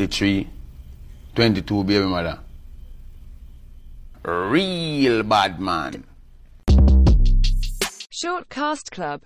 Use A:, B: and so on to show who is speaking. A: 23, 22, baby mother. Real bad man.
B: Short Cast Club